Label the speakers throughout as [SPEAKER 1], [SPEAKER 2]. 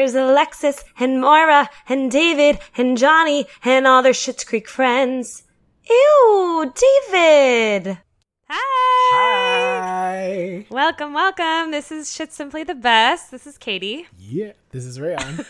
[SPEAKER 1] Alexis and Moira and David and Johnny and all their Schitt's Creek friends. Ew, David! Hi!
[SPEAKER 2] Hi.
[SPEAKER 1] Welcome, welcome. This is Shit Simply the Best. This is Katie.
[SPEAKER 2] Yeah, this is Rayon.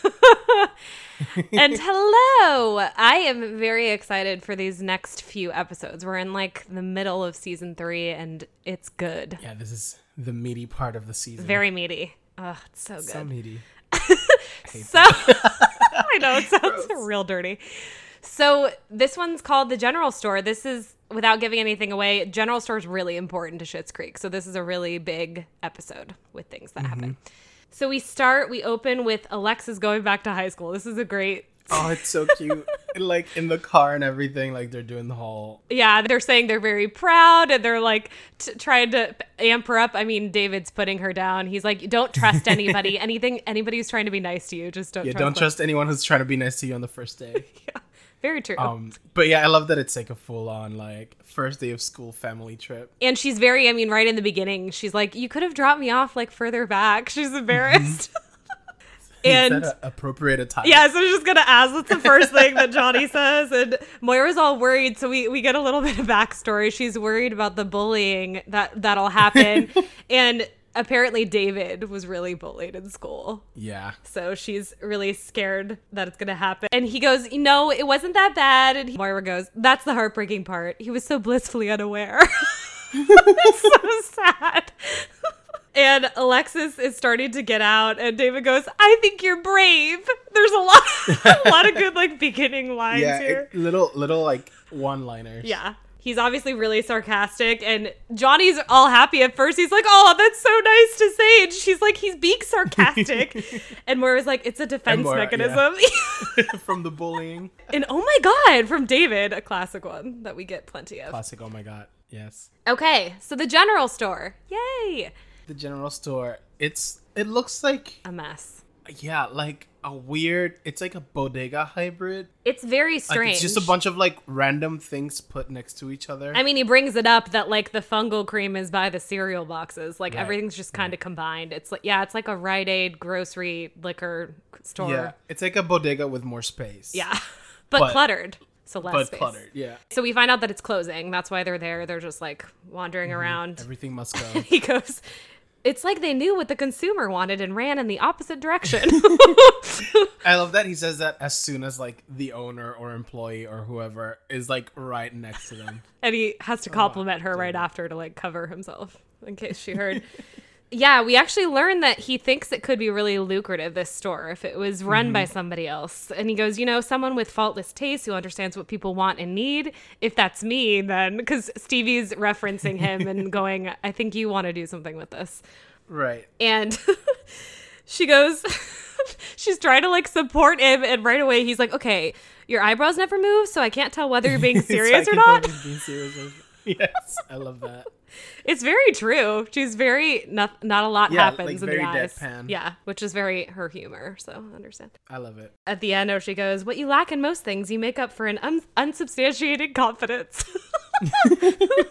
[SPEAKER 1] and hello! I am very excited for these next few episodes. We're in like the middle of season three and it's good.
[SPEAKER 2] yeah, this is the meaty part of the season.
[SPEAKER 1] Very meaty. Oh, it's so good.
[SPEAKER 2] so meaty.
[SPEAKER 1] So I know it sounds real dirty. So this one's called the General Store. This is without giving anything away. General Store is really important to Schitt's Creek, so this is a really big episode with things that happen.
[SPEAKER 2] Mm-hmm.
[SPEAKER 1] So we start. We open with Alexis going back to high school. This is a great.
[SPEAKER 2] Oh, it's so cute. like in the car and everything, like they're doing the whole
[SPEAKER 1] Yeah, they're saying they're very proud and they're like t- trying to amp her up. I mean, David's putting her down. He's like, "Don't trust anybody. Anything, anybody who's trying to be nice to you, just don't."
[SPEAKER 2] Yeah,
[SPEAKER 1] trust
[SPEAKER 2] don't
[SPEAKER 1] them."
[SPEAKER 2] trust anyone who's trying to be nice to you on the first day.
[SPEAKER 1] Very true.
[SPEAKER 2] Um but yeah, I love that it's like a full on like first day of school family trip.
[SPEAKER 1] And she's very, I mean, right in the beginning, she's like, You could have dropped me off like further back. She's embarrassed.
[SPEAKER 2] Is
[SPEAKER 1] and
[SPEAKER 2] that a- appropriate attire?
[SPEAKER 1] yeah, so I was just gonna ask. That's the first thing that Johnny says. And Moira's all worried, so we, we get a little bit of backstory. She's worried about the bullying that that'll happen. and apparently David was really bullied in school.
[SPEAKER 2] Yeah.
[SPEAKER 1] So she's really scared that it's gonna happen. And he goes, You know, it wasn't that bad. And Moira goes, That's the heartbreaking part. He was so blissfully unaware. it's so sad. And Alexis is starting to get out, and David goes, I think you're brave. There's a lot a lot of good like beginning lines
[SPEAKER 2] Yeah,
[SPEAKER 1] here.
[SPEAKER 2] it- little little like one liners.
[SPEAKER 1] Yeah. He's obviously really sarcastic, and Johnny's all happy at first. He's like, "Oh, that's so nice to say," and she's like, "He's being sarcastic," and Moira's like, "It's a defense
[SPEAKER 2] Moira,
[SPEAKER 1] mechanism."
[SPEAKER 2] From the bullying.
[SPEAKER 1] and oh my god, from David, a classic one that we get plenty of.
[SPEAKER 2] Classic, oh my god. Yes.
[SPEAKER 1] Okay, so the general store, yay,
[SPEAKER 2] The general store. It's it looks like
[SPEAKER 1] a mess.
[SPEAKER 2] Yeah, like a weird. It's like a bodega hybrid.
[SPEAKER 1] It's very
[SPEAKER 2] Like
[SPEAKER 1] strange.
[SPEAKER 2] it's just a bunch of like random things put next to each other.
[SPEAKER 1] I mean, he brings it up that like the fungal cream is by the cereal boxes. Like
[SPEAKER 2] Right.
[SPEAKER 1] everything's just kind of combined. It's like yeah, it's like a Rite Aid grocery liquor store.
[SPEAKER 2] yeah, it's like a bodega with more space.
[SPEAKER 1] Yeah. But,
[SPEAKER 2] But-
[SPEAKER 1] cluttered. So less
[SPEAKER 2] but
[SPEAKER 1] space.
[SPEAKER 2] cluttered. Yeah,
[SPEAKER 1] So we find out that it's closing. That's why they're there. They're just like wandering around.
[SPEAKER 2] everything must go.
[SPEAKER 1] he goes, It's like they knew what the consumer wanted and ran in the opposite direction.
[SPEAKER 2] I love that he says that as soon as like the owner or employee or whoever is like right next to them.
[SPEAKER 1] and he has to compliment her right after to like cover himself in case she heard. yeah, we actually learned that he thinks it could be really lucrative this store if it was run by somebody else. And he goes, you know, someone with faultless taste who understands what people want and need. If that's me, then because Stevie's referencing him and going, I think you want to do something with this
[SPEAKER 2] right.
[SPEAKER 1] and she goes she's trying to like support him and right away he's like okay your eyebrows never move so i can't tell whether you're being
[SPEAKER 2] It's
[SPEAKER 1] serious
[SPEAKER 2] like
[SPEAKER 1] or
[SPEAKER 2] he's
[SPEAKER 1] not
[SPEAKER 2] always being serious or- yes, I love that.
[SPEAKER 1] it's very true she's very not not a lot
[SPEAKER 2] Yeah,
[SPEAKER 1] happens
[SPEAKER 2] like,
[SPEAKER 1] in
[SPEAKER 2] very
[SPEAKER 1] the eyes
[SPEAKER 2] deadpan.
[SPEAKER 1] yeah which is very her humor so I understand
[SPEAKER 2] I love it.
[SPEAKER 1] at the end oh she goes what you lack in most things you make up for in un- unsubstantiated confidence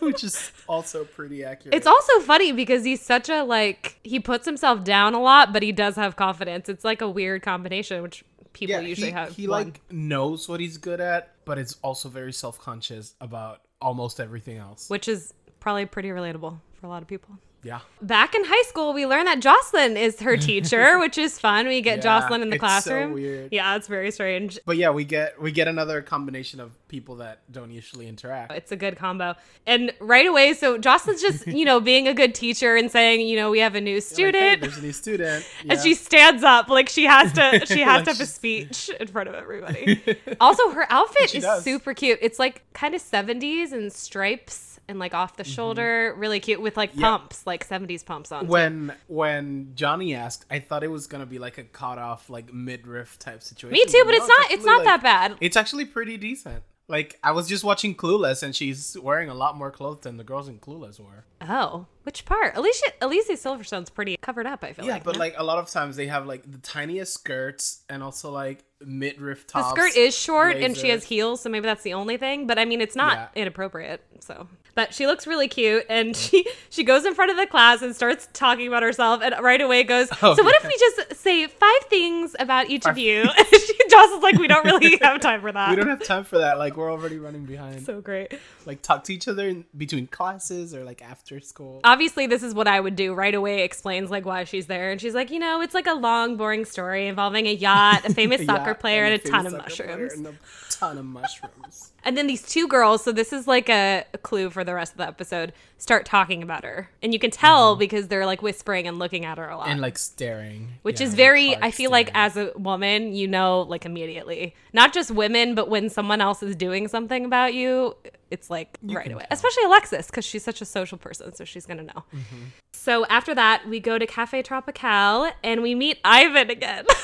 [SPEAKER 2] Which is also pretty accurate.
[SPEAKER 1] It's also funny because he's such a like he puts himself down a lot, but he does have confidence. It's like a weird combination, which people usually
[SPEAKER 2] he,
[SPEAKER 1] have.
[SPEAKER 2] He
[SPEAKER 1] one.
[SPEAKER 2] like knows what he's good at, but is also very self conscious about almost everything else.
[SPEAKER 1] which is probably pretty relatable for a lot of people.
[SPEAKER 2] yeah,
[SPEAKER 1] Back in high school, we learned that Jocelyn is her teacher, which is fun. We get
[SPEAKER 2] Yeah,
[SPEAKER 1] Jocelyn in the
[SPEAKER 2] it's so
[SPEAKER 1] classroom.
[SPEAKER 2] weird.
[SPEAKER 1] Yeah, it's very strange.
[SPEAKER 2] but yeah, we get we get another combination of people that don't usually interact.
[SPEAKER 1] It's a good combo. And right away, so Jocelyn's just, you know, being a good teacher and saying, you know, we have a new
[SPEAKER 2] Like, hey,
[SPEAKER 1] student.
[SPEAKER 2] there's a new student,
[SPEAKER 1] and
[SPEAKER 2] Yeah.
[SPEAKER 1] she stands up like she has to she has to
[SPEAKER 2] Like
[SPEAKER 1] have a
[SPEAKER 2] she's-
[SPEAKER 1] speech in front of everybody also her outfit
[SPEAKER 2] She
[SPEAKER 1] is
[SPEAKER 2] does.
[SPEAKER 1] super cute it's like kind of 70s and stripes and like off
[SPEAKER 2] Mm-hmm.
[SPEAKER 1] the shoulder really cute with like pumps like 70s pumps on
[SPEAKER 2] when when Johnny asked, I thought it was gonna be like a cut off like midriff type situation.
[SPEAKER 1] me too but it's
[SPEAKER 2] no,
[SPEAKER 1] not it's
[SPEAKER 2] actually,
[SPEAKER 1] not
[SPEAKER 2] like-
[SPEAKER 1] that bad
[SPEAKER 2] It's actually pretty decent. Like I was just watching Clueless, and she's wearing a lot more clothes than the girls in Clueless were.
[SPEAKER 1] oh Which part? Alicia Alicia Silverstone's pretty covered up, I feel
[SPEAKER 2] yeah,
[SPEAKER 1] like.
[SPEAKER 2] but
[SPEAKER 1] no?
[SPEAKER 2] like a lot of times they have like the tiniest skirts and also like midriff
[SPEAKER 1] the
[SPEAKER 2] tops.
[SPEAKER 1] skirt is short and she
[SPEAKER 2] blazer.
[SPEAKER 1] has heels, so maybe that's the only thing. But I mean, it's not
[SPEAKER 2] Yeah.
[SPEAKER 1] inappropriate. So, but she looks really cute, and she she goes in front of the class and starts talking about herself, and right away goes,
[SPEAKER 2] Oh,
[SPEAKER 1] "So what if
[SPEAKER 2] yeah.
[SPEAKER 1] we just say five things about each of you?" And she Joss is like, "We don't really have time for that."
[SPEAKER 2] We don't have time for that. Like we're already running behind.
[SPEAKER 1] so great.
[SPEAKER 2] like talk to each other in between classes or like after school.
[SPEAKER 1] obviously this is what I would do right away explains like why she's there and she's like you know it's like a long boring story involving a yacht a famous
[SPEAKER 2] Yeah,
[SPEAKER 1] soccer player and a ton of
[SPEAKER 2] famous soccer player
[SPEAKER 1] mushrooms
[SPEAKER 2] And a ton of mushrooms.
[SPEAKER 1] and then these two girls so this is like a, a clue for the rest of the episode start talking about her and you can tell because they're like whispering and looking at her a lot
[SPEAKER 2] Mm-hmm. and like staring.
[SPEAKER 1] which
[SPEAKER 2] Yeah,
[SPEAKER 1] is
[SPEAKER 2] like,
[SPEAKER 1] very
[SPEAKER 2] hard
[SPEAKER 1] i feel like
[SPEAKER 2] staring.
[SPEAKER 1] as a woman you know like immediately not just women but when someone else is doing something about you it's like right
[SPEAKER 2] can
[SPEAKER 1] away
[SPEAKER 2] tell.
[SPEAKER 1] especially alexis because she's such a social person so she's gonna know
[SPEAKER 2] Mm-hmm.
[SPEAKER 1] so after that we go to cafe tropical and we meet ivan again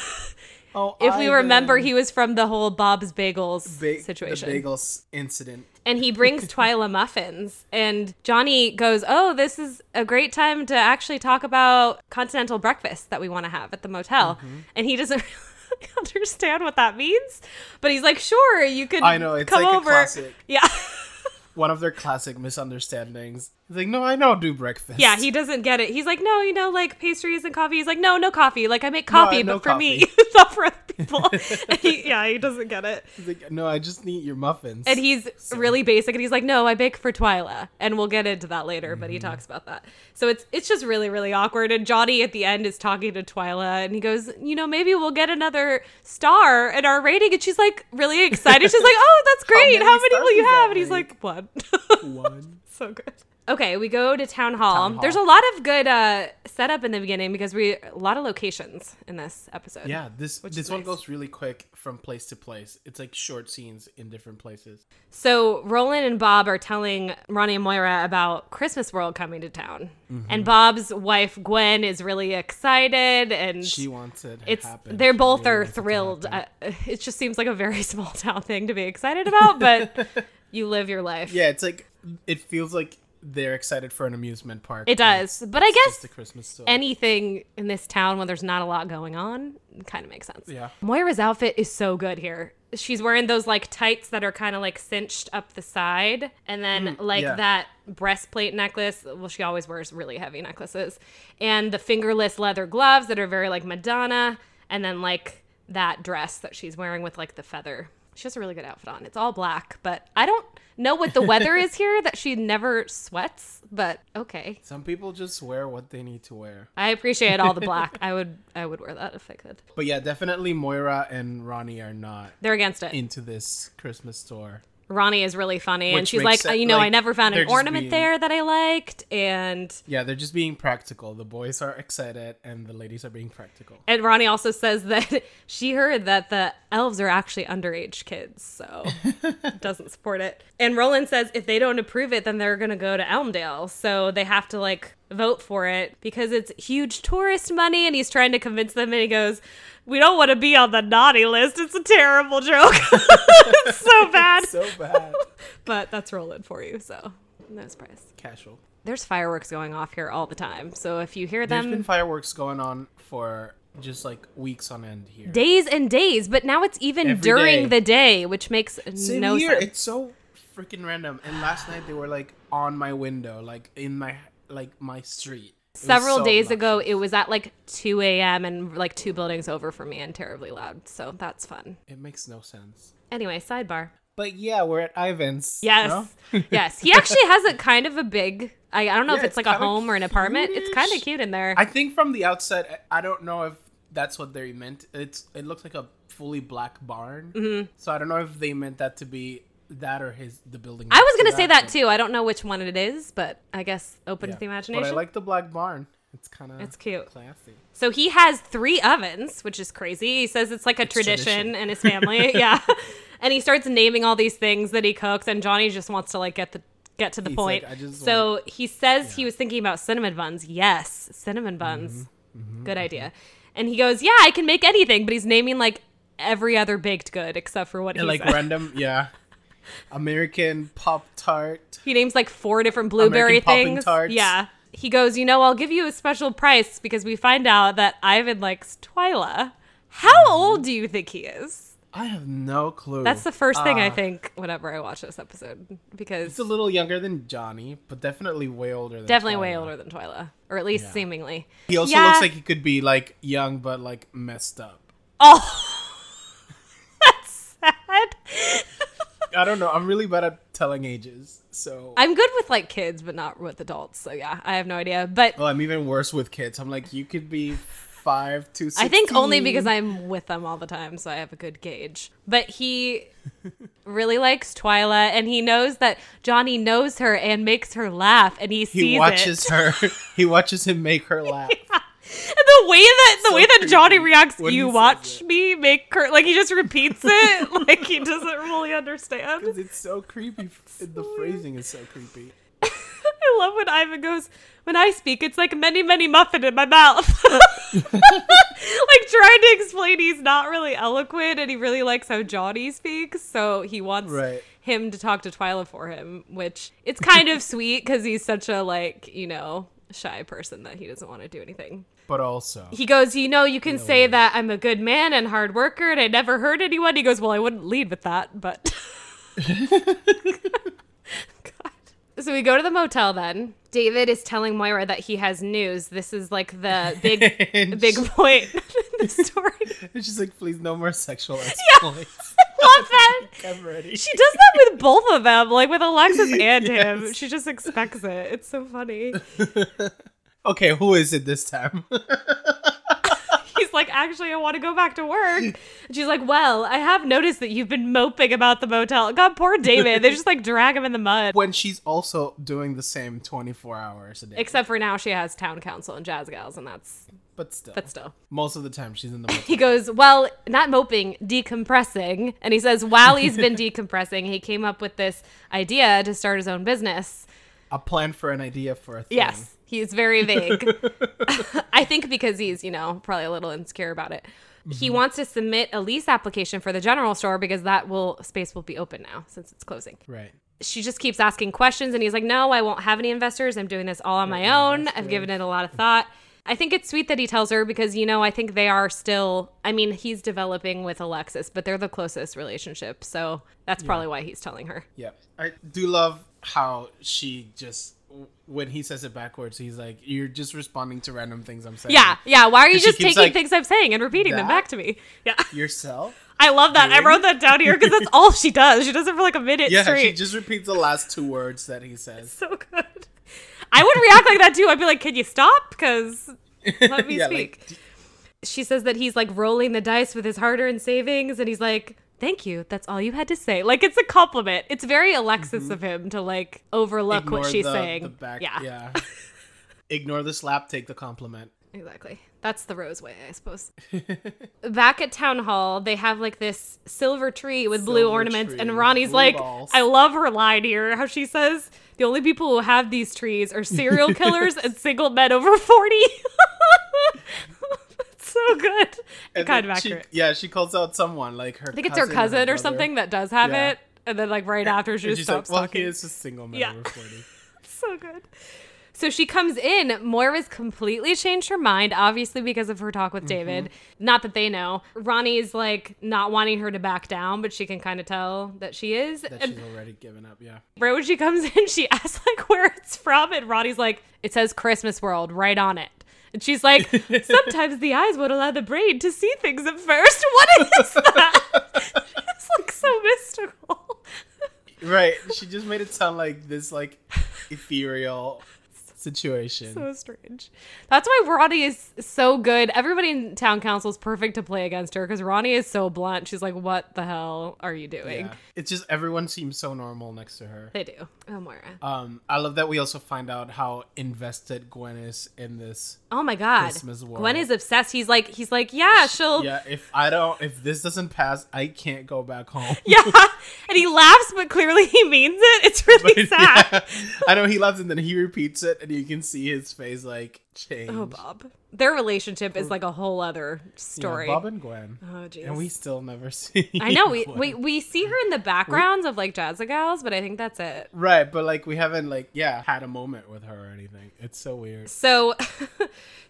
[SPEAKER 2] Oh,
[SPEAKER 1] if we remember
[SPEAKER 2] Ivan.
[SPEAKER 1] he was from the whole bob's bagels
[SPEAKER 2] Ba-
[SPEAKER 1] situation
[SPEAKER 2] the bagels incident.
[SPEAKER 1] and he brings Twyla muffins. And Johnny goes, Oh, this is a great time to actually talk about continental breakfast that we want to have at the motel.
[SPEAKER 2] Mm-hmm.
[SPEAKER 1] And he doesn't really understand what that means, but he's like, Sure, you could
[SPEAKER 2] I know, it's
[SPEAKER 1] come
[SPEAKER 2] like a
[SPEAKER 1] over.
[SPEAKER 2] classic.
[SPEAKER 1] Yeah.
[SPEAKER 2] One of their classic misunderstandings. He's like, no, I don't do breakfast.
[SPEAKER 1] Yeah, he doesn't get it. He's like, no, you know, like pastries and coffee. He's like, no, no coffee. Like I make coffee,
[SPEAKER 2] no
[SPEAKER 1] but for me,
[SPEAKER 2] coffee."
[SPEAKER 1] not for other people. And he, yeah, he doesn't get it.
[SPEAKER 2] He's like, no, I just need your muffins.
[SPEAKER 1] And he's really basic, and he's like, "No, I bake for Twyla," and we'll get into that later. But he talks about that, so it's it's just really really awkward. And Johnny at the end is talking to Twyla, and he goes, "You know, maybe we'll get another star in our rating." And she's like really excited. She's like, "Oh, that's great!
[SPEAKER 2] many
[SPEAKER 1] How many,
[SPEAKER 2] stars
[SPEAKER 1] will you
[SPEAKER 2] does that
[SPEAKER 1] have?" And he's
[SPEAKER 2] make?
[SPEAKER 1] like, "One."
[SPEAKER 2] one.
[SPEAKER 1] so good. Okay, we go to town hall.
[SPEAKER 2] Town hall.
[SPEAKER 1] There's a lot of good uh, setup in the beginning because we a lot of locations in this episode.
[SPEAKER 2] Yeah, this
[SPEAKER 1] Which is
[SPEAKER 2] this one
[SPEAKER 1] nice.
[SPEAKER 2] goes really quick from place to place. It's like short scenes in different places.
[SPEAKER 1] So Roland and Bob are telling Ronnie and Moira about Christmas World coming to town,
[SPEAKER 2] Mm-hmm.
[SPEAKER 1] and Bob's wife Gwen is really excited, and
[SPEAKER 2] She wants it. to
[SPEAKER 1] it's
[SPEAKER 2] happen.
[SPEAKER 1] they're
[SPEAKER 2] She
[SPEAKER 1] both
[SPEAKER 2] really
[SPEAKER 1] are
[SPEAKER 2] wants it to
[SPEAKER 1] thrilled.
[SPEAKER 2] happen.
[SPEAKER 1] Uh, it just seems like a very small town thing to be excited about, but you live your life.
[SPEAKER 2] yeah, it's like it feels like they're excited for an amusement park.
[SPEAKER 1] It does, but I guess
[SPEAKER 2] It's the Christmas story.
[SPEAKER 1] anything in this town when there's not a lot going on kind of makes sense.
[SPEAKER 2] Yeah.
[SPEAKER 1] Moira's outfit is so good here. She's wearing those like tights that are kind of like cinched up the side and then like
[SPEAKER 2] yeah.
[SPEAKER 1] that breastplate necklace. Well, she always wears really heavy necklaces and the fingerless leather gloves that are very like Madonna and then like that dress that she's wearing with like the feather. She has a really good outfit on. It's all black, but I don't know what the weather is here that she never sweats, but okay.
[SPEAKER 2] Some people just wear what they need to wear.
[SPEAKER 1] I appreciate all the black. I would I would wear that if I could.
[SPEAKER 2] But yeah, definitely Moira and Ronnie are not
[SPEAKER 1] They're against it.
[SPEAKER 2] into this Christmas store.
[SPEAKER 1] Ronnie is really funny, and
[SPEAKER 2] Which
[SPEAKER 1] she's
[SPEAKER 2] makes
[SPEAKER 1] like,
[SPEAKER 2] sense,
[SPEAKER 1] you know, I
[SPEAKER 2] like,
[SPEAKER 1] never found
[SPEAKER 2] they're
[SPEAKER 1] an
[SPEAKER 2] just
[SPEAKER 1] ornament
[SPEAKER 2] being-
[SPEAKER 1] there that I liked, and
[SPEAKER 2] Yeah, they're just being practical. The boys are excited and the ladies are being practical.
[SPEAKER 1] and Ronnie also says that she heard that the elves are actually underage kids, so doesn't support it. And Roland says if they don't approve it, then they're gonna go to Elmdale, so they have to like vote for it because it's huge tourist money. And he's trying to convince them, and he goes, "We don't want to be on the naughty list. It's a terrible joke. it's so bad."
[SPEAKER 2] So bad.
[SPEAKER 1] but that's rolling for you, so no surprise.
[SPEAKER 2] Casual.
[SPEAKER 1] There's fireworks going off here all the time, so if you hear
[SPEAKER 2] There's
[SPEAKER 1] them,
[SPEAKER 2] been fireworks going on for just like weeks on end here.
[SPEAKER 1] days and days, but now it's even
[SPEAKER 2] Every
[SPEAKER 1] during
[SPEAKER 2] day.
[SPEAKER 1] the day, which makes
[SPEAKER 2] Same
[SPEAKER 1] no
[SPEAKER 2] here.
[SPEAKER 1] sense.
[SPEAKER 2] It's so freaking random. And last night they were like on my window, like in my like my street. It was
[SPEAKER 1] Several
[SPEAKER 2] so
[SPEAKER 1] days
[SPEAKER 2] obnoxious.
[SPEAKER 1] ago, it was at like 2 a.m. and like two buildings over from me and terribly loud, so that's fun.
[SPEAKER 2] It makes no sense.
[SPEAKER 1] Anyway, sidebar.
[SPEAKER 2] But yeah, we're at Ivan's.
[SPEAKER 1] Yes, yes, he actually has a kind of a big. I, I don't know if
[SPEAKER 2] Yeah,
[SPEAKER 1] it's,
[SPEAKER 2] it's
[SPEAKER 1] like a
[SPEAKER 2] kinda
[SPEAKER 1] home or an apartment. It's kind of
[SPEAKER 2] cute-ish.
[SPEAKER 1] cute in there.
[SPEAKER 2] I think from the outset, I I don't know if that's what they meant. It's it looks like a fully black barn, so I don't know if they meant that to be that or his the building.
[SPEAKER 1] I was gonna
[SPEAKER 2] next
[SPEAKER 1] say that too. I don't know which one it is, but I guess open
[SPEAKER 2] Yeah.
[SPEAKER 1] to the imagination.
[SPEAKER 2] But I like the black barn. It's kind of
[SPEAKER 1] It's cute.
[SPEAKER 2] classy.
[SPEAKER 1] So he has three ovens, which is crazy. He says it's like a tradition,
[SPEAKER 2] tradition.
[SPEAKER 1] in his family. yeah. And he starts naming all these things that he cooks and Johnny just wants to like get the get to the
[SPEAKER 2] He's
[SPEAKER 1] point.
[SPEAKER 2] like, "I just
[SPEAKER 1] so he says he was thinking about cinnamon buns. Yes, cinnamon
[SPEAKER 2] Mm-hmm.
[SPEAKER 1] buns. Good idea. And he goes, "Yeah, I can make anything," but he's naming like every other baked good except for what he
[SPEAKER 2] And like
[SPEAKER 1] said.
[SPEAKER 2] random, yeah. American pop tart.
[SPEAKER 1] He names like four different blueberry
[SPEAKER 2] American Poppin'
[SPEAKER 1] things.
[SPEAKER 2] Tarts.
[SPEAKER 1] Yeah. he goes, You know, I'll give you a special price because we find out that Ivan likes Twyla. How
[SPEAKER 2] Mm-hmm.
[SPEAKER 1] old do you think he is?
[SPEAKER 2] I have no clue.
[SPEAKER 1] That's the first thing I
[SPEAKER 2] Uh,
[SPEAKER 1] think whenever I watch this episode because
[SPEAKER 2] He's a little younger than Johnny, but definitely way older. than
[SPEAKER 1] definitely way
[SPEAKER 2] Twyla.
[SPEAKER 1] older than Twyla, or at least
[SPEAKER 2] Yeah.
[SPEAKER 1] seemingly.
[SPEAKER 2] He also
[SPEAKER 1] Yeah.
[SPEAKER 2] looks like he could be like young, but like messed up.
[SPEAKER 1] Oh, that's sad.
[SPEAKER 2] I don't know. I'm really bad at telling ages, so
[SPEAKER 1] I'm good with like kids, but not with adults. So yeah, I have no idea. But
[SPEAKER 2] well, I'm even worse with kids. I'm like, you could be five to. 16.
[SPEAKER 1] I think only because I'm with them all the time, so I have a good gauge. But he really likes Twyla, and he knows that Johnny knows her and makes her laugh, and he sees
[SPEAKER 2] he watches
[SPEAKER 1] it.
[SPEAKER 2] her. He watches him make her laugh.
[SPEAKER 1] And the way that the
[SPEAKER 2] So
[SPEAKER 1] way that Johnny
[SPEAKER 2] creepy
[SPEAKER 1] reacts,
[SPEAKER 2] when he
[SPEAKER 1] you
[SPEAKER 2] says
[SPEAKER 1] watch me make her like he just repeats it, like he doesn't really understand.
[SPEAKER 2] It's so creepy. the phrasing is so creepy.
[SPEAKER 1] I love when Ivan goes, when I speak, it's like many, many muffin in my mouth. like trying to explain he's not really eloquent and he really likes how Johnny speaks. So he wants
[SPEAKER 2] Right.
[SPEAKER 1] him to talk to Twyla for him, which it's kind of sweet because he's such a, like, you know, shy person that he doesn't want to do anything.
[SPEAKER 2] But also,
[SPEAKER 1] He goes, You know, you can say that I'm a good man and hard worker and I never hurt anyone. He goes, Well, I wouldn't lead with that, but. God. So we go to the motel then. David is telling Moira that he has news. This is like the big,
[SPEAKER 2] And
[SPEAKER 1] big point in the story.
[SPEAKER 2] she- she's like, please, no more sexual exploits.
[SPEAKER 1] Love that.
[SPEAKER 2] I'm ready.
[SPEAKER 1] She does that with both of them, like with Alexis and him. She just expects it. It's so funny.
[SPEAKER 2] okay, who is it this time?
[SPEAKER 1] He's like, actually, I want to go back to work. And she's like, well, I have noticed that you've been moping about the motel. God, poor David. They just like drag him in the mud.
[SPEAKER 2] when she's also doing the same 24 hours a day.
[SPEAKER 1] Except for now, she has town council and jazz gals, and that's
[SPEAKER 2] but still,
[SPEAKER 1] but still.
[SPEAKER 2] most of the time she's in the motel.
[SPEAKER 1] He goes, well, not moping, decompressing, and he says, while he's been decompressing, he came up with this idea to start his own business.
[SPEAKER 2] a plan for an idea for a thing.
[SPEAKER 1] Yes, he's very vague. I think because he's, you know, probably a little insecure about it.
[SPEAKER 2] Mm-hmm.
[SPEAKER 1] He wants to submit a lease application for the general store because that will space will be open now since it's closing.
[SPEAKER 2] Right.
[SPEAKER 1] She just keeps asking questions and he's like, "No, I won't have any investors. I'm doing this all on
[SPEAKER 2] Oh,
[SPEAKER 1] my own. I've given it a lot of thought." I think it's sweet that he tells her because you know, I think they are still I mean, he's developing with Alexis, but they're the closest relationship. So that's probably why he's telling her.
[SPEAKER 2] Yeah. I do love how she just, when he says it backwards, he's like, you're just responding to random things I'm saying.
[SPEAKER 1] Yeah, yeah. Why are you
[SPEAKER 2] Because she
[SPEAKER 1] just
[SPEAKER 2] keeps
[SPEAKER 1] taking
[SPEAKER 2] like,
[SPEAKER 1] things I'm saying and repeating them
[SPEAKER 2] "That?"
[SPEAKER 1] back to me? Yeah.
[SPEAKER 2] Yourself?
[SPEAKER 1] I love that. I
[SPEAKER 2] Really?
[SPEAKER 1] wrote that down here because that's all she does. She does it for like a minute
[SPEAKER 2] Yeah,
[SPEAKER 1] straight.
[SPEAKER 2] she just repeats the last two words that he says.
[SPEAKER 1] so good. I would react like that too. I'd be like, "Can you stop? Because let me
[SPEAKER 2] Yeah, like,
[SPEAKER 1] speak." she says that he's like rolling the dice with his hard-earned savings, and he's like, "Thank you. That's all you had to say." Like it's a compliment. It's very Alexis of him to like overlook
[SPEAKER 2] Mm-hmm. ignore
[SPEAKER 1] what she's
[SPEAKER 2] the-
[SPEAKER 1] saying.
[SPEAKER 2] the back-
[SPEAKER 1] yeah,
[SPEAKER 2] yeah. ignore the slap, take the compliment.
[SPEAKER 1] Exactly. That's the rose way, I suppose. Back at town hall, they have like this silver tree with blue
[SPEAKER 2] Silver
[SPEAKER 1] ornaments,
[SPEAKER 2] tree,
[SPEAKER 1] and Ronnie's
[SPEAKER 2] blue
[SPEAKER 1] like,
[SPEAKER 2] balls.
[SPEAKER 1] I love her line here, how she says, the only people who have these trees are serial killers and single men over 40. That's so good. And
[SPEAKER 2] And
[SPEAKER 1] kind of
[SPEAKER 2] then she-
[SPEAKER 1] accurate.
[SPEAKER 2] yeah, she calls out someone like her.
[SPEAKER 1] I think it's her cousin or something that does have
[SPEAKER 2] Yeah.
[SPEAKER 1] it. And then, like, right after, she just
[SPEAKER 2] She's like,
[SPEAKER 1] stops
[SPEAKER 2] well, he
[SPEAKER 1] talking.
[SPEAKER 2] is a single man
[SPEAKER 1] Yeah.
[SPEAKER 2] over forty.
[SPEAKER 1] so good. So she comes in. Moira's completely changed her mind, obviously because of her talk with David.
[SPEAKER 2] Mm-hmm.
[SPEAKER 1] Not that they know. Ronnie's like not wanting her to back down, but she can kind of tell that she is.
[SPEAKER 2] That
[SPEAKER 1] and
[SPEAKER 2] she's already given up. Yeah,
[SPEAKER 1] right when she comes in, she asks like where it's from, and Ronnie's like, "It says Christmas World right on it." And she's like, "Sometimes the eyes won't allow the brain to see things at first. What is that?" it's like so mystical.
[SPEAKER 2] right. She just made it sound like this like ethereal situation.
[SPEAKER 1] so strange. That's why Ronnie is so good. Everybody in town council is perfect to play against her because Ronnie is so blunt. She's like, "What the hell are you doing?"
[SPEAKER 2] yeah, it's just everyone seems so normal next to her.
[SPEAKER 1] They do. Oh, Moira.
[SPEAKER 2] Um, I love that we also find out how invested Gwen is in this.
[SPEAKER 1] Oh my God.
[SPEAKER 2] Christmas world.
[SPEAKER 1] Gwen is obsessed. He's like, he's like, yeah, she'll. Yeah.
[SPEAKER 2] Yeah, if I don't, if this doesn't pass, I can't go back home.
[SPEAKER 1] and he laughs, but clearly he means it. It's really
[SPEAKER 2] Yeah.
[SPEAKER 1] sad.
[SPEAKER 2] I know he loves it, and then he repeats it, and and you can see his face like change.
[SPEAKER 1] Oh, Bob. Their relationship is like a whole other story.
[SPEAKER 2] Yeah, Bob and Gwen.
[SPEAKER 1] oh, jeez.
[SPEAKER 2] And we still never see.
[SPEAKER 1] I know we,
[SPEAKER 2] Gwen.
[SPEAKER 1] we we see her in the backgrounds of like Jazza Gals, but I think that's it.
[SPEAKER 2] Right, but like we haven't like yeah had a moment with her or anything. It's so weird.
[SPEAKER 1] So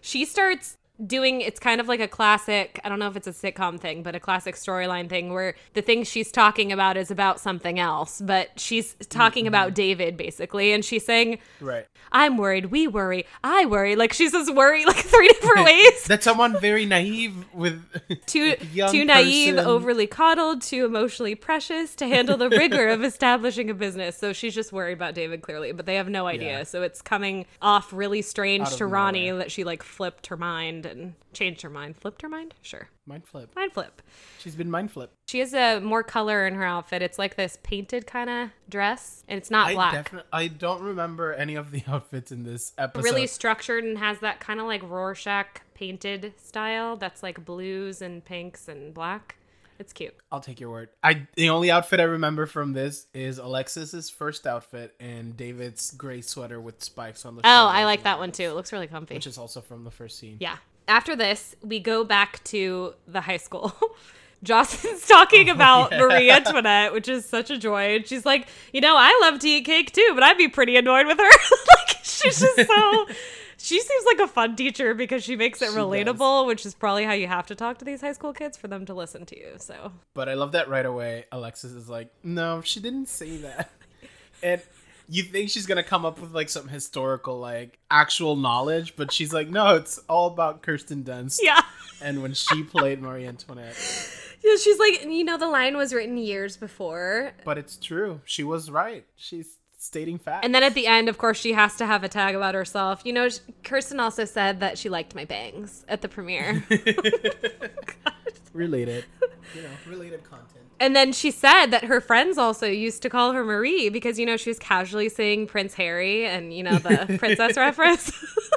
[SPEAKER 1] she starts doing it's kind of like a classic, I don't know if it's a sitcom thing, but a classic storyline thing where the thing she's talking about is about something else, but she's talking about David basically and she's saying,
[SPEAKER 2] Right.
[SPEAKER 1] "I'm worried, we worry, I worry." Like she says worry like three different ways.
[SPEAKER 2] That's someone very naive with
[SPEAKER 1] too
[SPEAKER 2] young
[SPEAKER 1] too naive,
[SPEAKER 2] person.
[SPEAKER 1] overly coddled, too emotionally precious to handle the rigor of establishing a business. So she's just worried about David clearly, but they have no idea.
[SPEAKER 2] Yeah.
[SPEAKER 1] So it's coming off really strange
[SPEAKER 2] Out of
[SPEAKER 1] to Ronnie
[SPEAKER 2] nowhere.
[SPEAKER 1] that she like flipped her mind and changed her mind. Flipped her mind? Sure.
[SPEAKER 2] mind flip.
[SPEAKER 1] Mind flip.
[SPEAKER 2] She's been mind flip.
[SPEAKER 1] She has a more color in her outfit. It's like this painted kind of dress, and it's not
[SPEAKER 2] I
[SPEAKER 1] black.
[SPEAKER 2] definitely I don't remember any of the outfits in this episode.
[SPEAKER 1] really structured and has that kind of like Rorschach painted style that's like blues and pinks and black. It's cute.
[SPEAKER 2] I'll take your word. I the only outfit I remember from this is Alexis's first outfit and David's gray sweater with spikes on the.
[SPEAKER 1] Oh, I like that one too. It looks really comfy.
[SPEAKER 2] which is also from the first scene.
[SPEAKER 1] Yeah. After this, we go back to the high school. Jocelyn's talking about
[SPEAKER 2] yeah.
[SPEAKER 1] Marie Antoinette, which is such a joy. And she's like, you know, I love to eat cake too, but I'd be pretty annoyed with her. like, she's just so. She seems like a fun teacher because she makes it
[SPEAKER 2] She
[SPEAKER 1] relatable, which is probably how you have to talk to these high school kids for them to listen to you. So
[SPEAKER 2] But I love that right away. Alexis is like, no, she didn't say that. and you think she's gonna come up with like some historical, like actual knowledge, but she's like, no, it's all about Kirsten Dunst
[SPEAKER 1] yeah.
[SPEAKER 2] and when she played Marie Antoinette.
[SPEAKER 1] yeah, she's like, you know, the line was written years before,
[SPEAKER 2] But it's true. She was right. She's stating facts.
[SPEAKER 1] And then at the end, of course, she has to have a tag about herself. You know, sh- Kirsten also said that she liked my bangs at the premiere.
[SPEAKER 2] related, you know, related content.
[SPEAKER 1] and then she said that her friends also used to call her Marie because, you know, she was casually saying Prince Harry and, you know, the princess reference.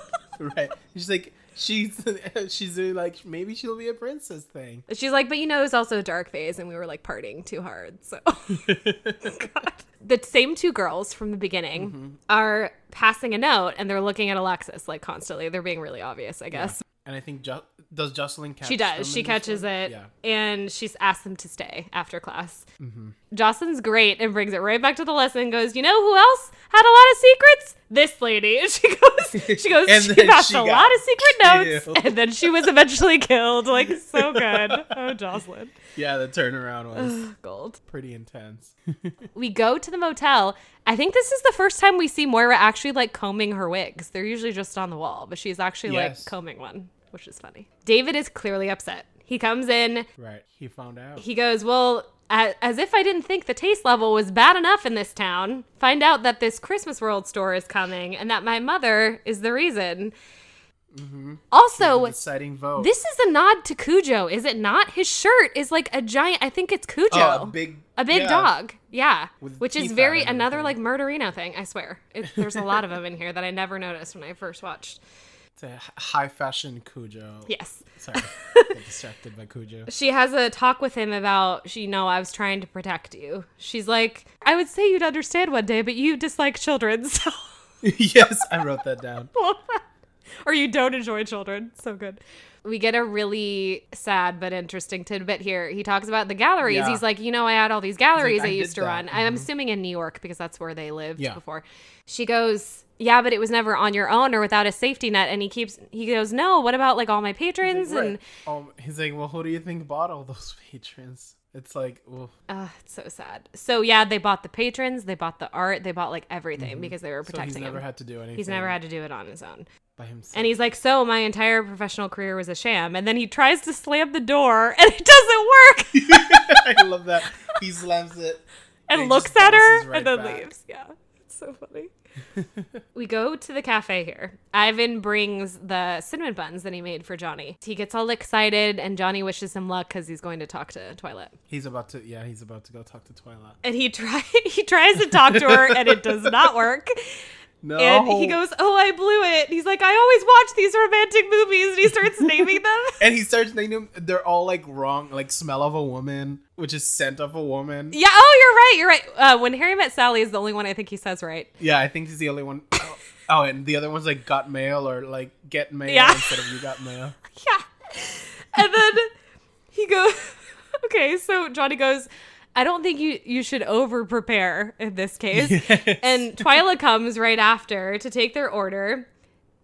[SPEAKER 2] Right. She's like, she's she's doing like maybe she'll be a princess thing.
[SPEAKER 1] She's like, but you know, it was also a dark phase and we were like partying too hard. So, God. The same two girls from the beginning are passing a note and they're looking at Alexis like constantly. They're being really obvious, I guess.
[SPEAKER 2] And I think jo- does Jocelyn catch?
[SPEAKER 1] She
[SPEAKER 2] them
[SPEAKER 1] does. She
[SPEAKER 2] in this
[SPEAKER 1] catches
[SPEAKER 2] one?
[SPEAKER 1] it,
[SPEAKER 2] Yeah. Mm-hmm.
[SPEAKER 1] and she's asked them to stay after class. Jocelyn's great and brings it right back to the lesson. And goes, you know who else had a lot of secrets? This lady. And she goes, she goes,
[SPEAKER 2] And
[SPEAKER 1] she
[SPEAKER 2] then
[SPEAKER 1] passed
[SPEAKER 2] she
[SPEAKER 1] a
[SPEAKER 2] got
[SPEAKER 1] lot of secret notes,
[SPEAKER 2] killed.
[SPEAKER 1] and then she was eventually killed. Like so good. Oh, Jocelyn,
[SPEAKER 2] Yeah, the turnaround was
[SPEAKER 1] gold.
[SPEAKER 2] pretty intense.
[SPEAKER 1] We go to the motel. I think this is the first time we see Moira actually like combing her wigs. They're usually just on the wall, but she's actually
[SPEAKER 2] Yes.
[SPEAKER 1] like combing one, which is funny. David is clearly upset. He comes in.
[SPEAKER 2] right. He found out.
[SPEAKER 1] he goes, Well, a- as if I didn't think the taste level was bad enough in this town, find out that this Christmas World store is coming and that my mother is the reason.
[SPEAKER 2] Mm-hmm.
[SPEAKER 1] Also,
[SPEAKER 2] Deciding vote.
[SPEAKER 1] this is a nod to Cujo, is it not? His shirt is like a giant, I think it's Cujo.
[SPEAKER 2] Oh, a big
[SPEAKER 1] A big
[SPEAKER 2] yeah.
[SPEAKER 1] dog, yeah,
[SPEAKER 2] With
[SPEAKER 1] which is
[SPEAKER 2] teeth
[SPEAKER 1] very
[SPEAKER 2] out and
[SPEAKER 1] another like
[SPEAKER 2] everything.
[SPEAKER 1] murderino thing. I swear, it, there's a lot of them in here that I never noticed when I first watched.
[SPEAKER 2] It's a h- high fashion Cujo.
[SPEAKER 1] Yes,
[SPEAKER 2] Sorry. I got distracted by Cujo.
[SPEAKER 1] she has a talk with him about she know I was trying to protect you. She's like, I would say you'd understand one day, but you dislike children, so
[SPEAKER 2] yes, I wrote that down.
[SPEAKER 1] or you don't enjoy children. So good. We get a really sad but interesting tidbit here. He talks about the galleries.
[SPEAKER 2] Yeah.
[SPEAKER 1] He's like, you know, I had all these galleries
[SPEAKER 2] I
[SPEAKER 1] I, used to
[SPEAKER 2] did that. Mm-hmm.
[SPEAKER 1] run. I'm assuming in New York because that's where they lived
[SPEAKER 2] Yeah.
[SPEAKER 1] before. She goes, yeah, but it was never on your own or without a safety net. And he keeps, he goes, no, what about like all my patrons? And
[SPEAKER 2] Right. Um, he's like, well, who do you think bought all those patrons? It's like, oof.
[SPEAKER 1] Uh, it's so sad. So yeah, they bought the patrons, they bought the art, they bought like everything because they were
[SPEAKER 2] Mm-hmm. so
[SPEAKER 1] protecting
[SPEAKER 2] he's never
[SPEAKER 1] him.
[SPEAKER 2] had to do anything.
[SPEAKER 1] he's never had to do it on his own.
[SPEAKER 2] by himself.
[SPEAKER 1] And he's like, "So my entire professional career was a sham." And then he tries to slam the door, and it doesn't work.
[SPEAKER 2] I love that. He slams it
[SPEAKER 1] and
[SPEAKER 2] he
[SPEAKER 1] looks
[SPEAKER 2] just
[SPEAKER 1] at her
[SPEAKER 2] bounces right
[SPEAKER 1] and then
[SPEAKER 2] back.
[SPEAKER 1] leaves. Yeah, it's so funny. we go to the cafe here. Ivan brings the cinnamon buns that he made for Johnny. He gets all excited, and Johnny wishes him luck because he's going to talk to Twilight.
[SPEAKER 2] He's about to yeah, he's about to go talk to Twilight.
[SPEAKER 1] And he try he tries to talk to her, and it does not work.
[SPEAKER 2] No.
[SPEAKER 1] And he goes, "Oh, I blew it." And he's like, "I always watch these romantic movies," and he starts naming them.
[SPEAKER 2] and he starts naming them they're all like wrong, like smell of a woman, which is scent of a woman.
[SPEAKER 1] yeah. Oh, you're right. You're right. Uh, when Harry Met Sally is the only one I think he says right.
[SPEAKER 2] Yeah, I think he's the only one. Oh, and the other one's like got mail or like get mail
[SPEAKER 1] Yeah.
[SPEAKER 2] instead of you got mail.
[SPEAKER 1] yeah. And then he goes, okay, so Johnny goes, I don't think you, you should over prepare in this case.
[SPEAKER 2] Yes.
[SPEAKER 1] And Twyla comes right after to take their order.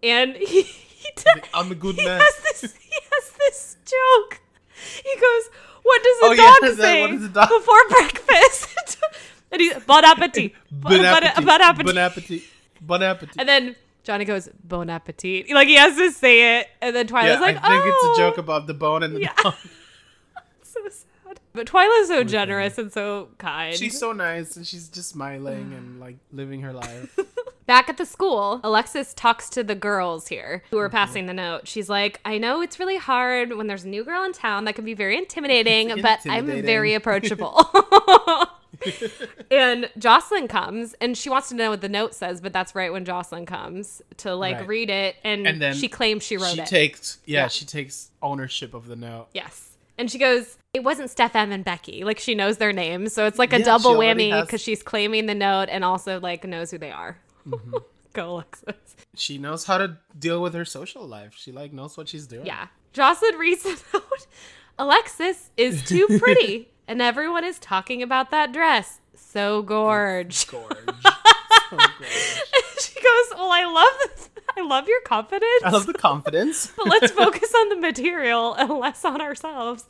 [SPEAKER 1] And he, he does,
[SPEAKER 2] I'm a good
[SPEAKER 1] he
[SPEAKER 2] man.
[SPEAKER 1] Has this, he has this joke. He goes, What does the
[SPEAKER 2] Oh, yeah,
[SPEAKER 1] dog
[SPEAKER 2] that's
[SPEAKER 1] say
[SPEAKER 2] that. What does the dog-
[SPEAKER 1] before breakfast? and he's, Bon appetit.
[SPEAKER 2] Bon appetit.
[SPEAKER 1] Bon appetit.
[SPEAKER 2] Bon appetit. Bon appetit.
[SPEAKER 1] uh, And then Johnny goes, Bon appetit. Like he has to say it. And then Twyla's
[SPEAKER 2] yeah,
[SPEAKER 1] like,
[SPEAKER 2] I think
[SPEAKER 1] oh.
[SPEAKER 2] it's a joke about the bone and the
[SPEAKER 1] Yeah.
[SPEAKER 2] dog.
[SPEAKER 1] so sad. But Twyla's so generous and so kind.
[SPEAKER 2] She's so nice and she's just smiling and like living her life.
[SPEAKER 1] Back at the school, Alexis talks to the girls here who are passing the note. She's like, I know it's really hard when there's a new girl in town. That can be very intimidating,
[SPEAKER 2] It's
[SPEAKER 1] but I'm
[SPEAKER 2] intimidating.
[SPEAKER 1] very approachable. and Jocelyn comes and she wants to know what the note says, but that's right when Jocelyn comes to like
[SPEAKER 2] Right.
[SPEAKER 1] read it. And,
[SPEAKER 2] And then
[SPEAKER 1] she claims she wrote
[SPEAKER 2] she
[SPEAKER 1] it.
[SPEAKER 2] takes yeah,
[SPEAKER 1] Yeah.
[SPEAKER 2] she takes ownership of the note.
[SPEAKER 1] Yes. And she goes, it wasn't Steph M and Becky. Like she knows their names. So it's like a
[SPEAKER 2] Yeah,
[SPEAKER 1] double
[SPEAKER 2] she already
[SPEAKER 1] whammy
[SPEAKER 2] has-
[SPEAKER 1] because she's claiming the note and also like knows who they are.
[SPEAKER 2] Mm-hmm.
[SPEAKER 1] Go, Alexis.
[SPEAKER 2] She knows how to deal with her social life. She like knows what she's doing.
[SPEAKER 1] Yeah. Jocelyn reads the note. Alexis is too pretty and everyone is talking about that dress. So gorge.
[SPEAKER 2] Gorge. So gorge.
[SPEAKER 1] she goes, well, I love this. I love your confidence.
[SPEAKER 2] I love the confidence.
[SPEAKER 1] but let's focus on the material and less on ourselves.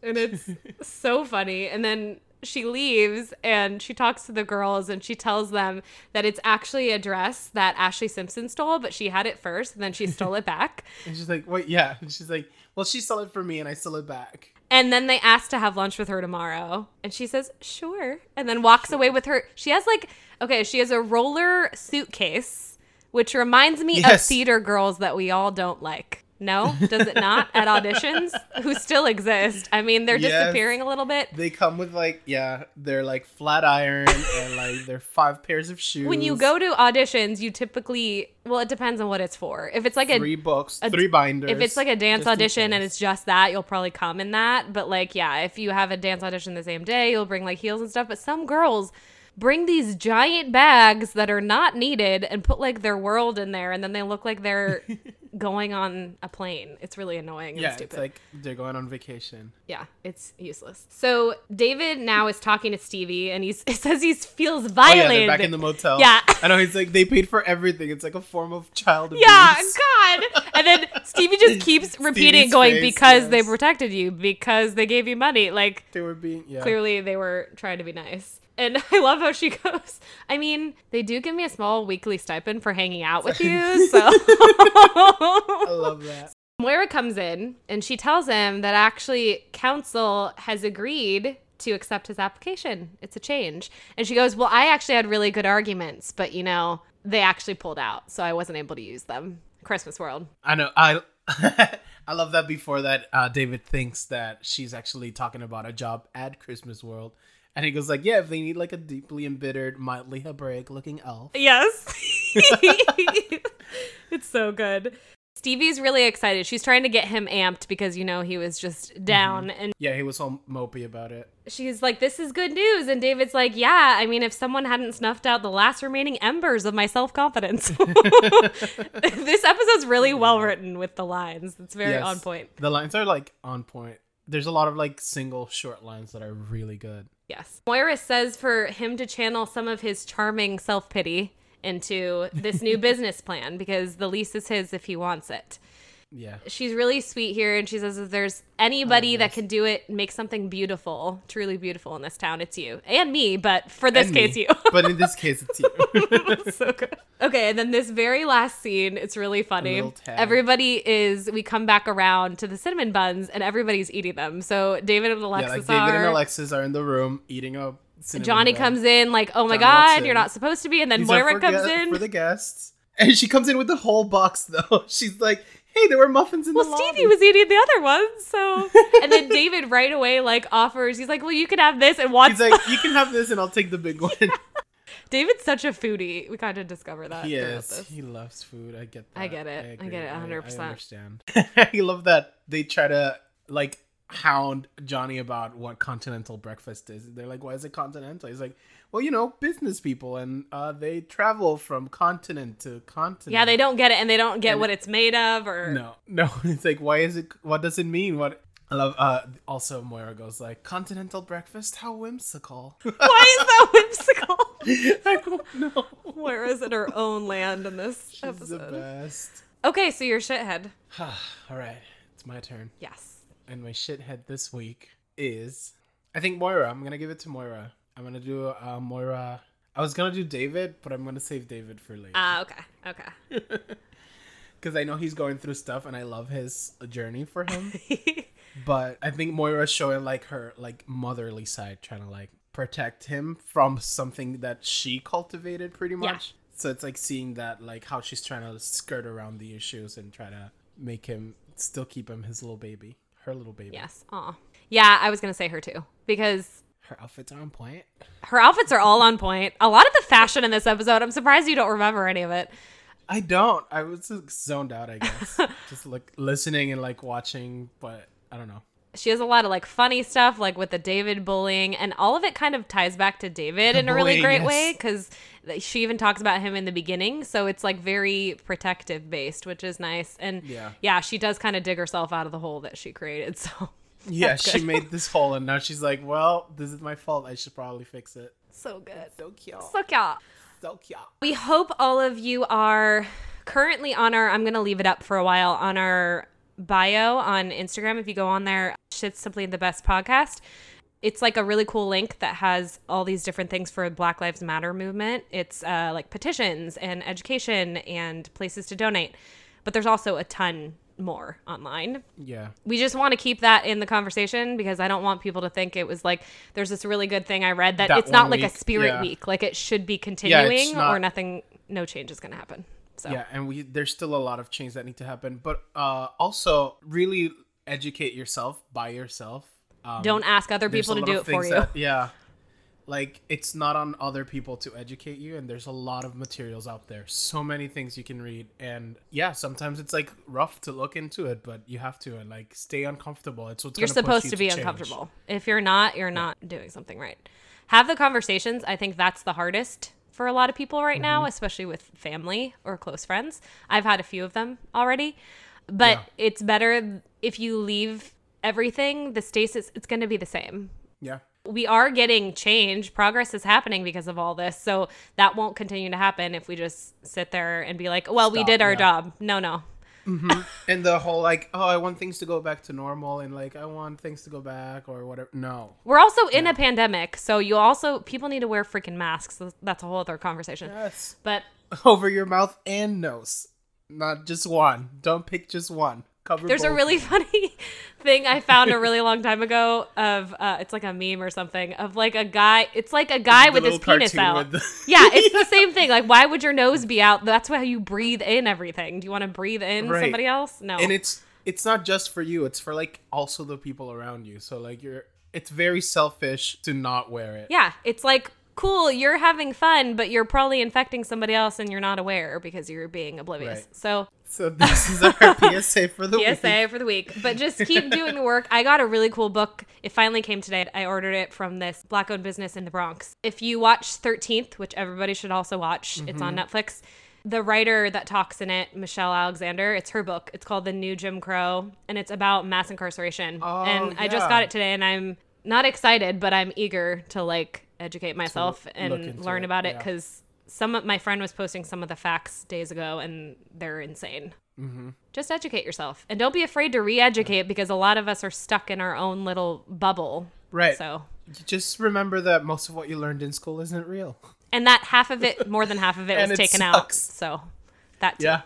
[SPEAKER 1] And it's so funny. And then she leaves and she talks to the girls and she tells them that it's actually a dress that Ashley Simpson stole, but she had it first and then she stole it back.
[SPEAKER 2] And she's like, wait, yeah. And she's like, well, she stole it for me and I stole it back.
[SPEAKER 1] And then they ask to have lunch with her tomorrow. And she says, sure. And then walks away with her. She has like, okay, she has a roller suitcase, which reminds me of
[SPEAKER 2] Yes.
[SPEAKER 1] theater girls that we all don't like. No, does it not? At auditions, who still exist. I mean, they're
[SPEAKER 2] Yes.
[SPEAKER 1] disappearing a little bit.
[SPEAKER 2] They come with like, yeah, they're like flat iron and like they're five pairs of shoes.
[SPEAKER 1] When you go to auditions, you typically, well, it depends on what it's for. If it's like a
[SPEAKER 2] three books,
[SPEAKER 1] a-
[SPEAKER 2] three binders.
[SPEAKER 1] if it's like a dance
[SPEAKER 2] just in
[SPEAKER 1] audition and
[SPEAKER 2] case.
[SPEAKER 1] it's just that, you'll probably come in that. But like, yeah, if you have a dance audition the same day, you'll bring like heels and stuff. But some girls bring these giant bags that are not needed and put like their world in there, and then they look like they're going on a plane. It's really annoying and
[SPEAKER 2] yeah,
[SPEAKER 1] stupid.
[SPEAKER 2] it's like they're going on vacation.
[SPEAKER 1] yeah, it's useless. So David now is talking to Stevie, and he's, he says he feels violated.
[SPEAKER 2] Oh yeah, they're back in the motel.
[SPEAKER 1] Yeah.
[SPEAKER 2] I know. It's like they paid for everything. It's like a form of child abuse.
[SPEAKER 1] Yeah, God. And then Stevie just keeps repeating it,
[SPEAKER 2] Stevie's
[SPEAKER 1] going
[SPEAKER 2] face,
[SPEAKER 1] because they
[SPEAKER 2] yes.
[SPEAKER 1] protected you, because they gave you money. Like
[SPEAKER 2] they were being yeah.
[SPEAKER 1] clearly they were trying to be nice. And I love how she goes. I mean, they do give me a small weekly stipend for hanging out with you, so
[SPEAKER 2] I love that.
[SPEAKER 1] Moira comes in and she tells him that actually council has agreed to accept his application. It's a change. And she goes, Well, I actually had really good arguments, but you know, they actually pulled out, so I wasn't able to use them. Christmas World.
[SPEAKER 2] I know. I I love that. Before that, uh, David thinks that she's actually talking about a job at Christmas World, and he goes like, "Yeah, if they need like a deeply embittered, mildly Hebraic looking elf."
[SPEAKER 1] Yes. it's so good. Stevie's really excited. She's trying to get him amped because, you know, he was just down. And
[SPEAKER 2] Yeah, he was all mopey about it.
[SPEAKER 1] she's like, this is good news. And David's like, yeah, I mean, if someone hadn't snuffed out the last remaining embers of my self confidence. this episode's really well written with the lines, it's very
[SPEAKER 2] Yes.
[SPEAKER 1] on point.
[SPEAKER 2] The lines are like on point. There's a lot of like single short lines that are really good.
[SPEAKER 1] Yes. Moira says for him to channel some of his charming self pity into this new business plan because the lease is his if he wants it.
[SPEAKER 2] Yeah.
[SPEAKER 1] she's really sweet here and she says if there's anybody that can do it make something beautiful truly beautiful in this town it's you and me but for this
[SPEAKER 2] And
[SPEAKER 1] case
[SPEAKER 2] me.
[SPEAKER 1] you
[SPEAKER 2] but in this case, it's you.
[SPEAKER 1] so good okay and then this very last scene it's really funny
[SPEAKER 2] little tag.
[SPEAKER 1] everybody is we come back around to the cinnamon buns and everybody's eating them so david and
[SPEAKER 2] yeah,
[SPEAKER 1] alexis
[SPEAKER 2] like David
[SPEAKER 1] are
[SPEAKER 2] and Alexis are in the room eating a. cinnamon
[SPEAKER 1] johnny
[SPEAKER 2] bread.
[SPEAKER 1] comes in like oh my
[SPEAKER 2] Johnny walks
[SPEAKER 1] god you're
[SPEAKER 2] in.
[SPEAKER 1] not supposed to be and then
[SPEAKER 2] These are
[SPEAKER 1] moira
[SPEAKER 2] for
[SPEAKER 1] comes
[SPEAKER 2] gu-
[SPEAKER 1] in
[SPEAKER 2] for the guests, and she comes in with the whole box. Though she's like, "Hey, there were muffins in
[SPEAKER 1] Well,
[SPEAKER 2] the
[SPEAKER 1] Stevie
[SPEAKER 2] lobby."
[SPEAKER 1] was eating the other one, so and then David right away like offers. He's like, "Well, you can have this," and wants
[SPEAKER 2] He's like, "You can have this, and I'll take the big one."
[SPEAKER 1] David's such a foodie. We kind of discover that.
[SPEAKER 2] He
[SPEAKER 1] throughout
[SPEAKER 2] is.
[SPEAKER 1] this.
[SPEAKER 2] He loves food. I get that.
[SPEAKER 1] I get it. I
[SPEAKER 2] agree.
[SPEAKER 1] get it
[SPEAKER 2] I- I
[SPEAKER 1] 100%.
[SPEAKER 2] understand. I love that they try to like hound Johnny about what continental breakfast is. They're like, "Why is it continental?" He's like, "Well, you know, business people, and uh, they travel from continent to continent."
[SPEAKER 1] Yeah, they don't get it, and they don't get
[SPEAKER 2] And-
[SPEAKER 1] what it's made of, or
[SPEAKER 2] No, no. It's like, why is it? What does it mean? What? I love. Uh, also, Moira goes like, "Continental breakfast? How whimsical!"
[SPEAKER 1] why is that whimsical?
[SPEAKER 2] I don't know.
[SPEAKER 1] Where is it her own land in this
[SPEAKER 2] She's the
[SPEAKER 1] episode?
[SPEAKER 2] best.
[SPEAKER 1] Okay, so you're shithead.
[SPEAKER 2] All right, it's my turn.
[SPEAKER 1] Yes.
[SPEAKER 2] And my shithead this week is, I think Moira. I'm gonna give it to Moira. I'm gonna do uh, Moira. I was gonna do David, but I'm gonna save David for later
[SPEAKER 1] Ah, okay, okay.
[SPEAKER 2] because I know he's going through stuff, and I love his journey for him. but I think Moira's showing like her like motherly side, trying to like protect him from something that she cultivated pretty
[SPEAKER 1] Yeah.
[SPEAKER 2] much. So it's like seeing that like how she's trying to skirt around the issues and try to make him still keep him his little baby, her little baby.
[SPEAKER 1] yes. Aw. Yeah, I was gonna say her too because
[SPEAKER 2] Her outfits are on point.
[SPEAKER 1] her outfits are all on point. A lot of the fashion in this episode, I'm surprised you don't remember any of it.
[SPEAKER 2] I don't. I was just zoned out, I guess. just like listening and like watching, but I don't know.
[SPEAKER 1] She has a lot of like funny stuff, like with the David bullying, and all of it kind of ties back to David in a really great
[SPEAKER 2] bullying, yes.
[SPEAKER 1] way because she even talks about him in the beginning. So it's like very protective based, which is nice. And
[SPEAKER 2] Yeah.
[SPEAKER 1] yeah she does kind of dig herself out of the hole that she created. So,
[SPEAKER 2] Yeah, she
[SPEAKER 1] good.
[SPEAKER 2] made this hole and now she's like, well, this is my fault. I should probably fix it.
[SPEAKER 1] so good.
[SPEAKER 2] So cute.
[SPEAKER 1] So cute.
[SPEAKER 2] So cute.
[SPEAKER 1] We hope all of you are currently on our, I'm going to leave it up for a while, on our bio on Instagram. If you go on there, shit's simply the best podcast. It's like a really cool link that has all these different things for Black Lives Matter movement. It's uh, like petitions and education and places to donate. But there's also a ton more online
[SPEAKER 2] Yeah.
[SPEAKER 1] we just want to keep that in the conversation because I don't want people to think it was like there's this really good thing I read that,
[SPEAKER 2] That
[SPEAKER 1] it's not
[SPEAKER 2] one
[SPEAKER 1] like a
[SPEAKER 2] week,
[SPEAKER 1] spirit
[SPEAKER 2] yeah.
[SPEAKER 1] week. Like it should be
[SPEAKER 2] it's
[SPEAKER 1] continuing or
[SPEAKER 2] not-
[SPEAKER 1] nothing no change is gonna happen. So
[SPEAKER 2] Yeah, and we there's still a lot of change that need to happen, but uh also really educate yourself by yourself. Um,
[SPEAKER 1] don't ask other
[SPEAKER 2] there's
[SPEAKER 1] people to
[SPEAKER 2] a lot
[SPEAKER 1] do
[SPEAKER 2] of
[SPEAKER 1] it for
[SPEAKER 2] things
[SPEAKER 1] you.
[SPEAKER 2] that- yeah. Like it's not on other people to educate you and there's a lot of materials out there. So many things you can read and yeah, sometimes it's like rough to look into it, but you have to and like stay uncomfortable. It's what's
[SPEAKER 1] you're
[SPEAKER 2] gonna push
[SPEAKER 1] supposed
[SPEAKER 2] you
[SPEAKER 1] to be
[SPEAKER 2] change.
[SPEAKER 1] uncomfortable. If you're not, you're not doing something right. Have the conversations. I think that's the hardest for a lot of people right now,
[SPEAKER 2] Mm-hmm.
[SPEAKER 1] especially with family or close friends. I've had a few of them already, but it's better if you leave everything the stasis. It's going to be the same.
[SPEAKER 2] Yeah.
[SPEAKER 1] we are getting change. Progress is happening because of all this. So that won't continue to happen if we just sit there and be like, well, we
[SPEAKER 2] Stop,
[SPEAKER 1] did our
[SPEAKER 2] yeah.
[SPEAKER 1] job. No, no.
[SPEAKER 2] And the whole like, oh, I want things to go back to normal and like I want things to go back or whatever. No.
[SPEAKER 1] We're also in a pandemic. So you also, people need to wear freaking masks. That's a whole other conversation.
[SPEAKER 2] Yes.
[SPEAKER 1] But
[SPEAKER 2] over your mouth and nose, not just one. Don't pick just one. Cover.
[SPEAKER 1] There's a
[SPEAKER 2] both.
[SPEAKER 1] really funny thing I found a really long time ago of uh, it's like a meme or something of like a guy. It's like a guy with his
[SPEAKER 2] little
[SPEAKER 1] penis
[SPEAKER 2] cartoon
[SPEAKER 1] out.
[SPEAKER 2] with the-
[SPEAKER 1] yeah, it's the same thing. Like, why would your nose be out? That's how you breathe in everything. Do you want to breathe in
[SPEAKER 2] Right.
[SPEAKER 1] somebody else? No.
[SPEAKER 2] and it's it's not just for you. It's for like also the people around you. So like you're, it's very selfish to not wear it.
[SPEAKER 1] yeah, it's like cool. You're having fun, but you're probably infecting somebody else, and you're not aware because you're being oblivious.
[SPEAKER 2] Right.
[SPEAKER 1] So
[SPEAKER 2] So this is our PSA for the week.
[SPEAKER 1] PSA for the week. But just keep doing the work. I got a really cool book. It finally came today. I ordered it from this black owned business in the Bronx. If you watch 13th, which everybody should also watch, it's on
[SPEAKER 2] Mm-hmm.
[SPEAKER 1] Netflix. The writer that talks in it, Michelle Alexander, it's her book. It's called The New Jim Crow, and it's about mass incarceration.
[SPEAKER 2] Oh,
[SPEAKER 1] and I just
[SPEAKER 2] yeah.
[SPEAKER 1] got it today, and I'm not excited, but I'm eager to like educate myself
[SPEAKER 2] look
[SPEAKER 1] and
[SPEAKER 2] into
[SPEAKER 1] learn
[SPEAKER 2] it,
[SPEAKER 1] about it
[SPEAKER 2] yeah.
[SPEAKER 1] because some of my friend was posting some of the facts days ago, and they're insane
[SPEAKER 2] Mm-hmm.
[SPEAKER 1] just educate yourself and don't be afraid to re-educate because a lot of us are stuck in our own little bubble
[SPEAKER 2] Right.
[SPEAKER 1] so
[SPEAKER 2] Just remember that most of what you learned in school isn't real.
[SPEAKER 1] and that half of it more than half of it
[SPEAKER 2] And
[SPEAKER 1] was
[SPEAKER 2] it
[SPEAKER 1] taken out
[SPEAKER 2] sucks.
[SPEAKER 1] so that too.
[SPEAKER 2] Yeah.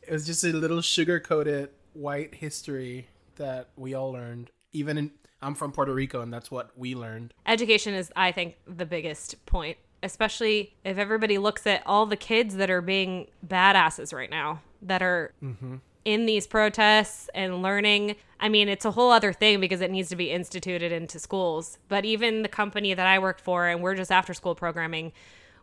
[SPEAKER 2] It was just a little sugar coated white history that we all learned. Even in, I'm from Puerto Rico, and that's what we learned.
[SPEAKER 1] education is i think the biggest point especially if everybody looks at all the kids that are being badasses right now that are in these protests and learning i mean it's a whole other thing because it needs to be instituted into schools but even the company that i work for and we're just after school programming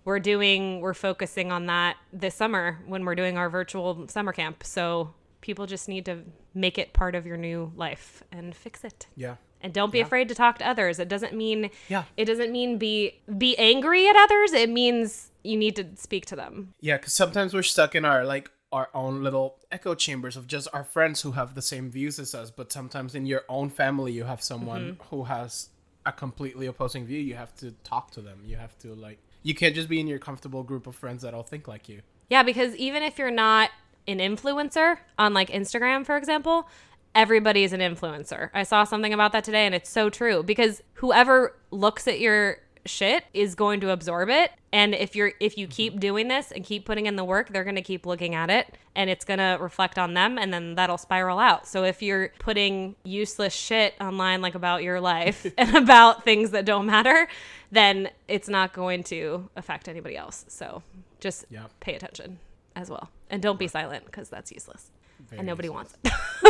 [SPEAKER 1] we're doing we're focusing on that this summer when we're doing our virtual summer camp so people just need to make it part of your new life and fix it.
[SPEAKER 2] Yeah.
[SPEAKER 1] And don't be
[SPEAKER 2] Yeah.
[SPEAKER 1] afraid to talk to others. It doesn't mean
[SPEAKER 2] Yeah.
[SPEAKER 1] it doesn't mean be be angry at others. It means you need to speak to them.
[SPEAKER 2] Yeah, because sometimes we're stuck in our like our own little echo chambers of just our friends who have the same views as us. But sometimes in your own family, you have someone
[SPEAKER 1] Mm-hmm.
[SPEAKER 2] who has a completely opposing view. You have to talk to them. You have to like. You can't just be in your comfortable group of friends that all think like you.
[SPEAKER 1] Yeah, because even if you're not an influencer on like Instagram, for example, everybody is an influencer. I saw something about that today and it's so true because whoever looks at your shit is going to absorb it and if you're if you keep doing this and keep putting in the work they're going to keep looking at it and it's going to reflect on them and then that'll spiral out so if you're putting useless shit online like about your life and about things that don't matter then it's not going to affect anybody else so just
[SPEAKER 2] Yeah.
[SPEAKER 1] pay attention as well. And don't be silent because that's useless.
[SPEAKER 2] Very
[SPEAKER 1] and nobody wants it.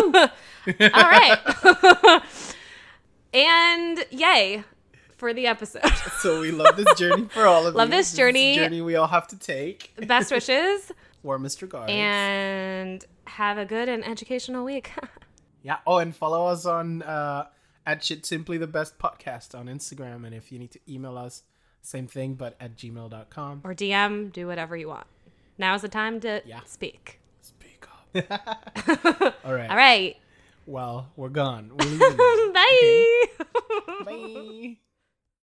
[SPEAKER 1] All right. and yay for the episode.
[SPEAKER 2] So we love this journey for all of
[SPEAKER 1] Love
[SPEAKER 2] you.
[SPEAKER 1] this
[SPEAKER 2] is a
[SPEAKER 1] journey.
[SPEAKER 2] journey we all have to take.
[SPEAKER 1] Best wishes
[SPEAKER 2] Warmest regards.
[SPEAKER 1] and have a good and educational week.
[SPEAKER 2] Yeah. Oh, and follow us on uh, at shit simply the best podcast on Instagram. And if you need to email us, same thing, but at gmail.com.
[SPEAKER 1] or DM, do whatever you want. Now's the time to
[SPEAKER 2] Yeah.
[SPEAKER 1] speak.
[SPEAKER 2] Speak up. all right.
[SPEAKER 1] All right.
[SPEAKER 2] Well, we're gone. We're leaving. now.
[SPEAKER 1] Bye.
[SPEAKER 2] Bye.